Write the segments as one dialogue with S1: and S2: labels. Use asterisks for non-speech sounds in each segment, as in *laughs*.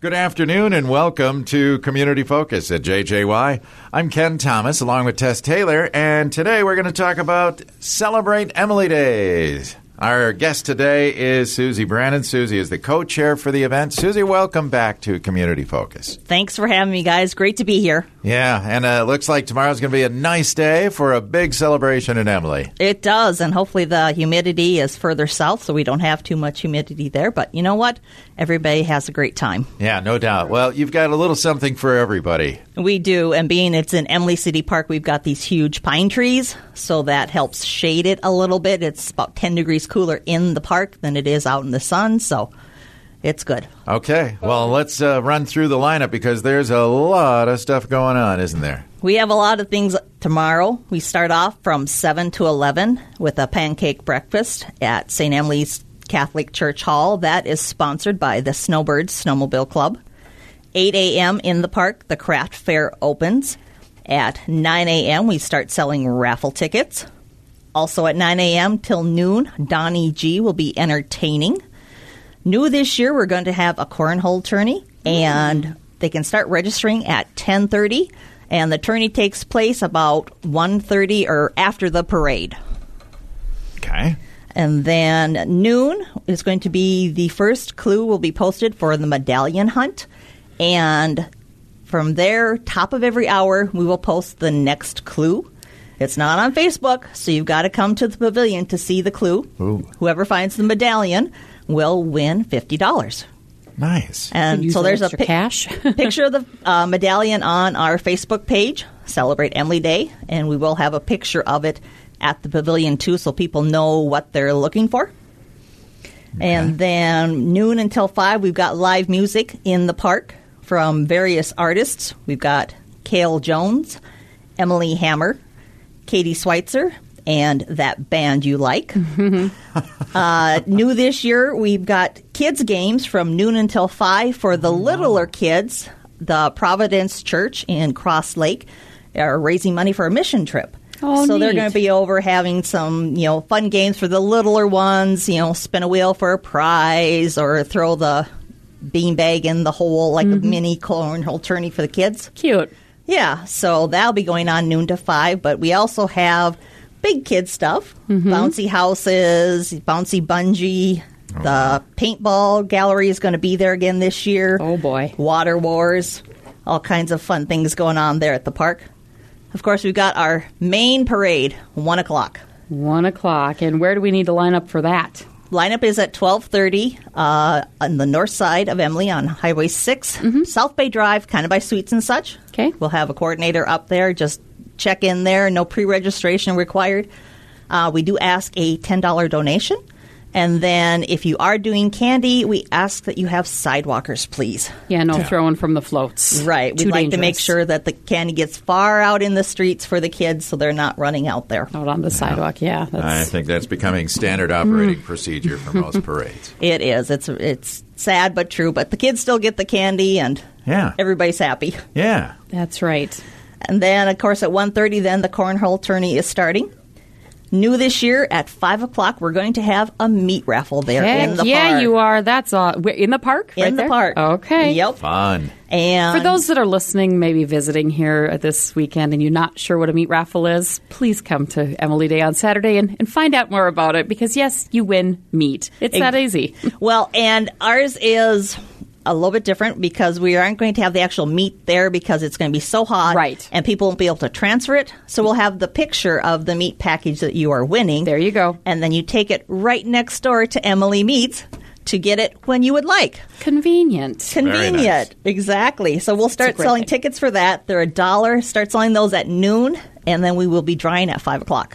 S1: Good afternoon and welcome to Community Focus at JJY. I'm Ken Thomas along with Tess Taylor, and today we're going to talk about Celebrate Emily Days. Our guest today is Susie Brandon. Susie is the co chair for the event. Susie, welcome back to Community Focus.
S2: Thanks for having me, guys. Great to be here.
S1: Yeah, and uh, it looks like tomorrow's going to be a nice day for a big celebration in Emily.
S2: It does, and hopefully the humidity is further south, so we don't have too much humidity there. But you know what? Everybody has a great time.
S1: Yeah, no doubt. Well, you've got a little something for everybody.
S2: We do, and being it's in Emily City Park, we've got these huge pine trees, so that helps shade it a little bit. It's about 10 degrees cooler in the park than it is out in the sun, so it's good.
S1: Okay, well, let's uh, run through the lineup because there's a lot of stuff going on, isn't there?
S2: We have a lot of things tomorrow. We start off from 7 to 11 with a pancake breakfast at St. Emily's Catholic Church Hall. That is sponsored by the Snowbirds Snowmobile Club. 8 a.m. in the park, the craft fair opens. At 9 a.m., we start selling raffle tickets. Also at 9 a.m. till noon, Donnie G will be entertaining. New this year, we're going to have a cornhole tourney, and they can start registering at 10:30, and the tourney takes place about 1:30 or after the parade.
S1: Okay.
S2: And then noon is going to be the first clue will be posted for the medallion hunt, and from there, top of every hour, we will post the next clue. It's not on Facebook, so you've got to come to the pavilion to see the clue.
S1: Ooh.
S2: Whoever finds the medallion will win fifty dollars.
S1: Nice.
S2: And
S3: use
S2: so
S3: that
S2: there's a
S3: extra cash. *laughs*
S2: picture of the uh, medallion on our Facebook page, Celebrate Emily Day, and we will have a picture of it at the pavilion too, so people know what they're looking for. And then noon until five, we've got live music in the park from various artists. We've got Cale Jones, Emily Hammer, Katie Schweitzer, and that band you like.
S3: Mm-hmm.
S2: Uh, new this year, we've got kids games from noon until five for the littler kids. The Providence Church in Cross Lake are raising money for a mission trip.
S3: Oh,
S2: so they're
S3: neat.
S2: going to be over having some, you know, fun games for the littler ones. You know, spin a wheel for a prize or throw the beanbag in the hole like
S3: Mm-hmm.
S2: a mini cornhole tourney for the kids.
S3: Cute.
S2: Yeah, so that'll be going on noon to five. But we also have big kid stuff:
S3: Mm-hmm.
S2: bouncy houses, bouncy bungee. The paintball gallery is going to be there again this year.
S3: Oh, boy.
S2: Water wars, all kinds of fun things going on there at the park. Of course, we've got our main parade one o'clock.
S3: One o'clock. And where do we need to line up for that?
S2: Lineup is at twelve thirty uh, on the north side of Emily on Highway 6 South Bay Drive, kind of by Suites and such.
S3: Mm-hmm. Okay.
S2: we'll have a coordinator up there. Just check in there. No pre-registration required. Uh, we do ask a ten dollar donation, and then if you are doing candy, we ask that you have sidewalkers, please.
S3: Yeah, no throwing from the floats.
S2: Right, we'd
S3: Too
S2: like to make
S3: dangerous.
S2: sure that the candy gets far out in the streets for the kids, so they're not running out there.
S3: Out on the sidewalk, yeah.
S1: I
S3: That's, Mm.
S1: think that's becoming standard operating procedure for
S3: *laughs*
S1: most parades.
S2: It is. It's it's sad but true. But the kids still get the candy, and
S1: Yeah.
S2: everybody's happy.
S1: Yeah.
S3: that's right.
S2: And then, of course, at 1.30, then the cornhole tourney is starting. New this year at five o'clock, we're going to have a meat raffle there
S3: Heck
S2: in the
S3: yeah,
S2: park.
S3: you are. That's all. We're in the park?
S2: in
S3: Right
S2: the
S3: there?
S2: park.
S3: Okay.
S2: Yep.
S1: Fun.
S2: And
S3: For those that are listening, maybe visiting here at this weekend, and you're not sure what a meat raffle is, please come to Emily Day on Saturday and, and find out more about it because, yes, you win meat. It's that easy.
S2: well, and ours is a little bit different because we aren't going to have the actual meat there because it's going to be so hot,
S3: Right.
S2: And people won't be able to transfer it. So we'll have the picture of the meat package that you are winning.
S3: There you go.
S2: And then you take it right next door to Emily Meats to get it when you would like. *laughs*
S3: Convenient.
S1: Very
S2: convenient
S1: nice.
S2: exactly so we'll start
S3: great
S2: selling
S3: thing.
S2: tickets for that they're a dollar start selling those at noon and then we will be drawing at five o'clock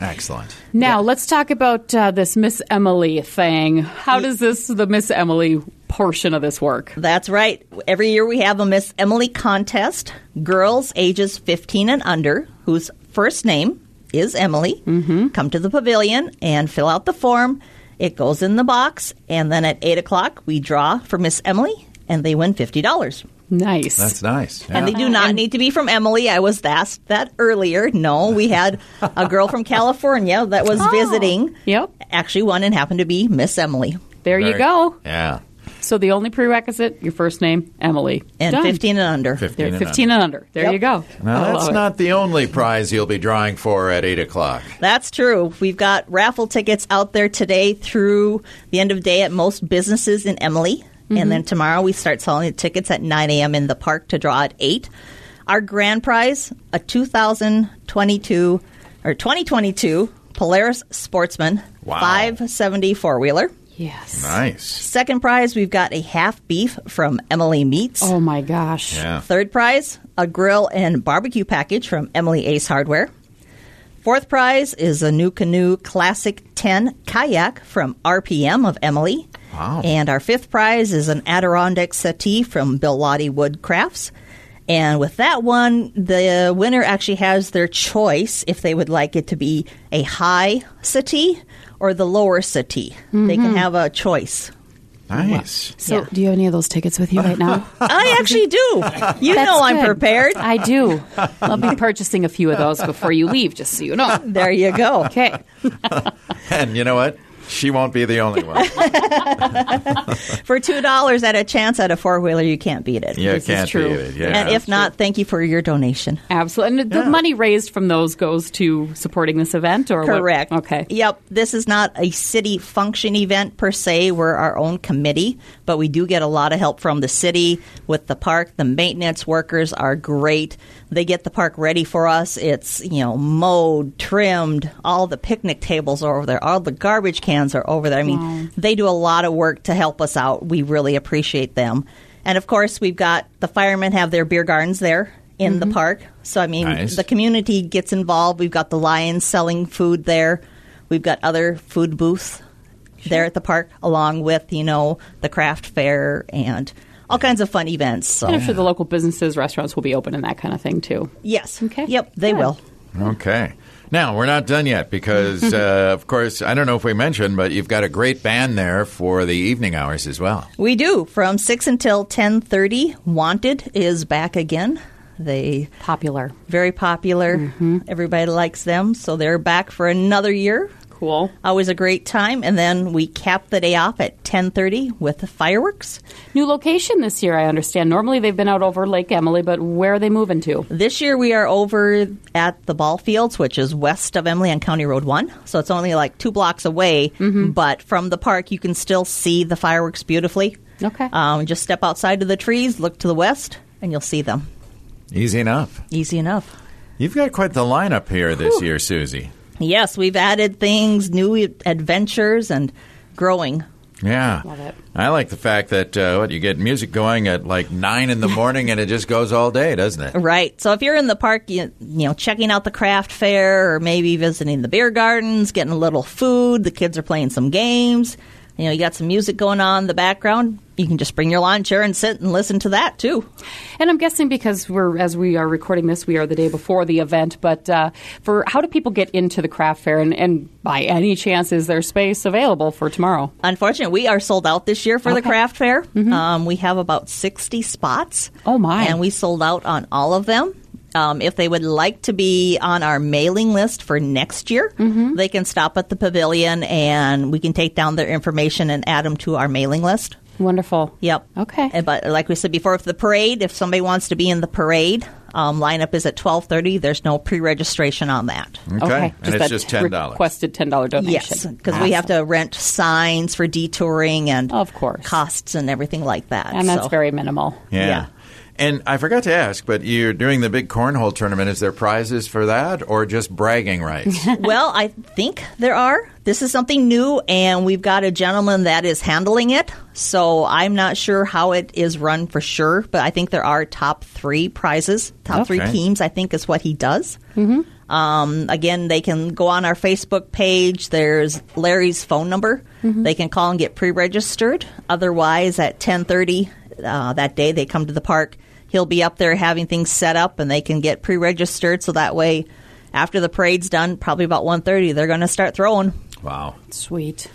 S1: Excellent.
S3: Now let's talk about uh, this Miss Emily thing. How does this the Miss Emily portion of this work?
S2: that's right every year we have a miss emily contest girls ages 15 and under whose first name is emily mm-hmm. come to the pavilion and fill out the form it goes in the box and then at eight o'clock we draw for miss emily and they win fifty dollars
S3: Nice.
S1: That's nice.
S2: And they
S1: Yeah.
S2: do not need to be from Emily. I was asked that earlier. No, we had a girl from California that was visiting.
S3: yep.
S2: Actually, one and happened to be Miss Emily.
S3: there you
S1: Very-
S3: go.
S1: Yeah.
S3: So the only prerequisite, your first name, Emily.
S2: and
S3: Done.
S2: 15 and under.
S1: 15
S3: There-
S1: and
S3: 15
S1: under.
S3: and under. There
S2: Yep.
S3: you go. I
S1: Now,
S3: love
S1: that's
S3: it.
S1: not the only prize you'll be drawing for at 8 o'clock.
S2: That's true. We've got raffle tickets out there today through the end of day at most businesses in Emily. And then tomorrow we start selling the tickets at 9 a.m. in the park to draw at 8. Our grand prize, a 2022 or 2022 Polaris Sportsman
S1: Wow.
S2: 570 four wheeler.
S3: Yes.
S1: Nice.
S2: Second prize, we've got a half beef from Emily Meats.
S3: Oh my gosh.
S1: Yeah.
S2: Third prize, a grill and barbecue package from Emily Ace Hardware. Fourth prize is a new canoe classic 10 kayak from RPM of Emily.
S1: Wow.
S2: And our fifth prize is an Adirondack settee from Bill Lottie Wood Crafts. And with that one, the winner actually has their choice if they would like it to be a high settee or the lower settee. They
S3: Mm-hmm.
S2: can have
S1: *laughs*
S2: a choice.
S1: Nice.
S3: So,
S2: Yeah.
S3: do you have any of those tickets with you right now?
S2: I actually do. You
S3: That's
S2: know I'm
S3: good.
S2: prepared.
S3: I do. I'll be purchasing a few of those before you leave, just so you know.
S2: There you go.
S3: Okay.
S1: And you know what? She won't be the only
S3: *laughs*
S1: one.
S2: *laughs* For two dollars at a chance at a four wheeler, you can't beat it.
S1: You
S3: This is
S1: can't
S3: true.
S1: beat it. Yeah.
S2: and if not, thank you for your donation.
S3: Absolutely. And the
S1: Yeah.
S3: money raised from those goes to supporting this event or what?
S2: Correct.
S3: Okay.
S2: Yep. This is not a city function event per se. We're our own committee, but we do get a lot of help from the city with the park. The maintenance workers are great. They get the park ready for us. It's, you know, mowed, trimmed. All the picnic tables are over there. All the garbage cans are over there. I mean, they do a lot of work to help us out. We really appreciate them. And of course, we've got the firemen have their beer gardens there in
S3: Mm-hmm.
S2: the park. So, I mean,
S1: Nice.
S2: the community gets involved. We've got the Lions selling food there. We've got other food booths there at the park, along with you know the craft fair and all kinds of fun events. So
S3: And I'm sure the local businesses, restaurants will be open and that kind of thing too.
S2: yes,
S3: Okay.
S2: yep, they
S3: Good.
S2: will.
S1: Okay. Now, we're not done yet
S3: *laughs*
S1: because, uh, of course, I don't know if we mentioned, but you've got a great band there for the evening hours as well.
S2: We do from six until ten thirty. Wanted is back again. They
S3: Popular.
S2: very popular.
S3: Mm-hmm.
S2: Everybody likes them, so they're back for another year.
S3: Cool.
S2: Always a great time, and then we cap the day off at ten thirty with the fireworks.
S3: New location this year, I understand. Normally they've been out over Lake Emily, but where are they moving to?
S2: This year we are over at the ball fields, which is west of Emily on County Road 1. So it's only like two blocks away, but from the park you can still see the fireworks beautifully.
S3: Okay.
S2: Um, just step outside of the trees, look to the west, and you'll see them.
S1: Easy enough.
S2: Easy enough.
S1: You've got quite the lineup here this year, Susie.
S2: Yes, we've added things, new adventures, and growing.
S1: Yeah.
S3: Love it.
S1: I like the fact that uh, what, you get music going at like 9 in the morning and it just goes all day, doesn't it?
S2: Right. So if you're in the park, you, you know, checking out the craft fair or maybe visiting the beer gardens, getting a little food, the kids are playing some games, you know, you got some music going on in the background, you can just bring your lawn chair and sit and listen to that too.
S3: And I'm guessing because we're as we are recording this, we are the day before the event. But uh, for how do people get into the craft fair, and, and by any chance, is there space available for tomorrow?
S2: Unfortunately, we are sold out this year for the
S3: Okay. Mm-hmm.
S2: craft fair. Um, we have about 60 spots.
S3: Oh, my.
S2: And we sold out on all of them. Um, if they would like to be on our mailing list for next year,
S3: Mm-hmm.
S2: they can stop at the pavilion and we can take down their information and add them to our mailing list.
S3: Wonderful.
S2: Yep.
S3: Okay.
S2: And, but like we said before, if the parade, if somebody wants to be in the parade, um, lineup is at twelve thirty. There's no pre-registration on that.
S1: Okay. And it's
S3: that
S1: just $10.
S3: Requested ten dollar donation.
S2: Yes, because we have to rent signs for detouring and
S3: Of course.
S2: costs and everything like that.
S3: and that's
S2: So-
S3: very minimal.
S1: Yeah.
S2: *laughs* Yeah.
S1: And I forgot to ask, but you're doing the big cornhole tournament. Is there prizes for that or just bragging rights?
S2: well. I think there are. This is something new, and we've got a gentleman that is handling it. So I'm not sure how it is run for sure, but I think there are top three prizes, top three
S1: Okay.
S2: teams. I think is what he does. Um, again, they can go on our Facebook page. There's Larry's phone number. They can call and get pre-registered. Otherwise, at 10:30 uh, that day, they come to the park. He'll be up there having things set up, and they can get pre-registered. So that way, after the parade's done, probably about 1:30, they're going to start throwing.
S1: wow.
S3: Sweet.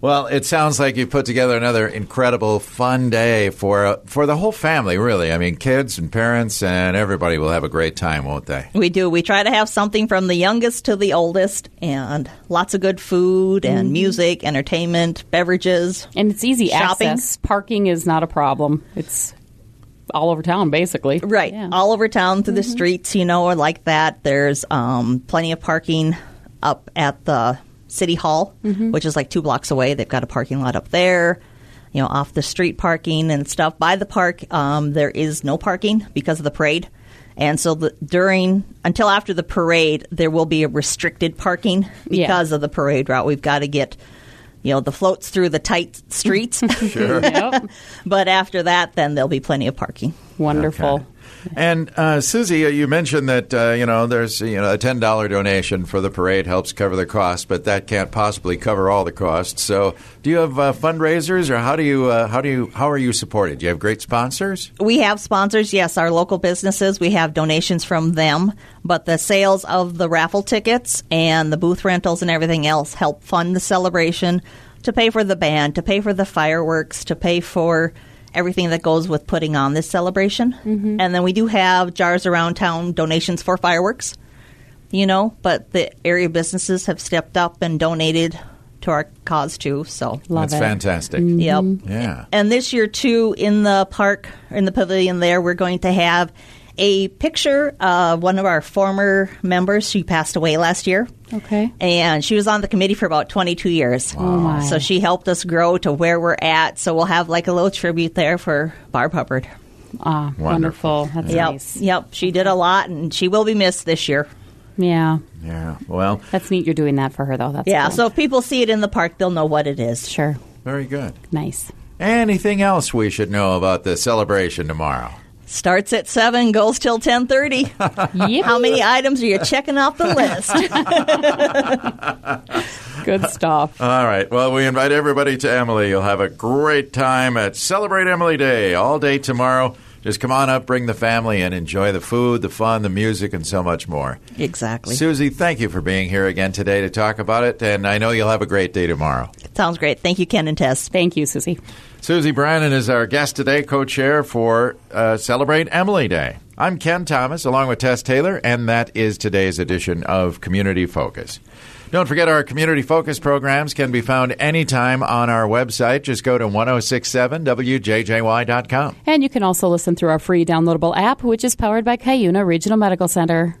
S1: Well, it sounds like you put together another incredible, fun day for uh, for the whole family. Really, I mean, kids and parents and everybody will have a great time, won't they?
S2: We do. We try to have something from the youngest to the oldest, and lots of good food and music, entertainment, beverages.
S3: And it's easy
S2: Shopping.
S3: access. Parking is not a problem. It's all over town, basically.
S2: Right,
S3: Yeah. Mm-hmm.
S2: all over town through the streets, you know, or like that. There's um, plenty of parking up at the city hall,
S3: Mm-hmm.
S2: which is like two blocks away. They've got a parking lot up there. You know, off the street parking and stuff. By the park, um, there is no parking because of the parade, and so the, during until after the parade, there will be a restricted parking
S3: Yeah.
S2: because of the parade route. We've got to get, you know, the floats through the
S3: *laughs*
S2: tight streets,
S1: Sure.
S3: Yep.
S2: but after that, then there'll be plenty of parking.
S3: Wonderful.
S1: And uh, Susie, uh, you mentioned that uh, you know there's you know a ten dollar donation for the parade helps cover the cost, but that can't possibly cover all the costs. So, do you have uh, fundraisers, or how do you uh, how do you how are you supported? Do you have great sponsors?
S2: We have sponsors, yes, our local businesses. We have donations from them, but the sales of the raffle tickets and the booth rentals and everything else help fund the celebration to pay for the band, to pay for the fireworks, to pay for everything that goes with putting on this celebration. And then we do have jars around town donations for fireworks, you know, but the area businesses have stepped up and donated to our cause too, so.
S3: Love
S1: That's
S3: it. Mm.
S1: fantastic.
S2: Yep.
S3: Mm-hmm.
S1: Yeah.
S2: And this year, too, in the park, in the pavilion there, we're going to have a picture of one of our former members. She passed away last year.
S3: Okay.
S2: And she was on the committee for about 22 years.
S3: Oh, my.
S2: So she helped us grow to where we're at. So we'll have like a little tribute there for Barb Hubbard.
S3: Ah, wonderful. That's
S2: Yep.
S3: nice.
S2: Yep. She did a lot and she will be missed this year.
S3: Yeah.
S1: Yeah. Well,
S3: That's neat you're doing that for her, though. That's
S2: Yeah.
S3: cool.
S2: So if people see it in the park, they'll know what it is.
S3: Sure.
S1: very good.
S3: *laughs* Nice.
S1: Anything else we should know about the celebration tomorrow?
S2: Starts at 7, goes till 1030.
S3: Yep.
S2: How many items are you checking off the list?
S3: Good stuff.
S1: All right. Well, we invite everybody to Emily. You'll have a great time at Celebrate Emily Day all day tomorrow. Just come on up, bring the family, and enjoy the food, the fun, the music, and so much more.
S2: Exactly.
S1: Susie, thank you for being here again today to talk about it, and I know you'll have a great day tomorrow.
S2: Sounds great. Thank you, Ken and Tess.
S3: Thank you, Susie.
S1: Susie Brannon is our guest today, co chair for uh, Celebrate Emily Day. I'm Ken Thomas, along with Tess Taylor, and that is today's edition of Community Focus. Don't forget our Community Focus programs can be found anytime on our website. Just go to 1067wjjy.com.
S3: And you can also listen through our free downloadable app, which is powered by Cuyuna Regional Medical Center.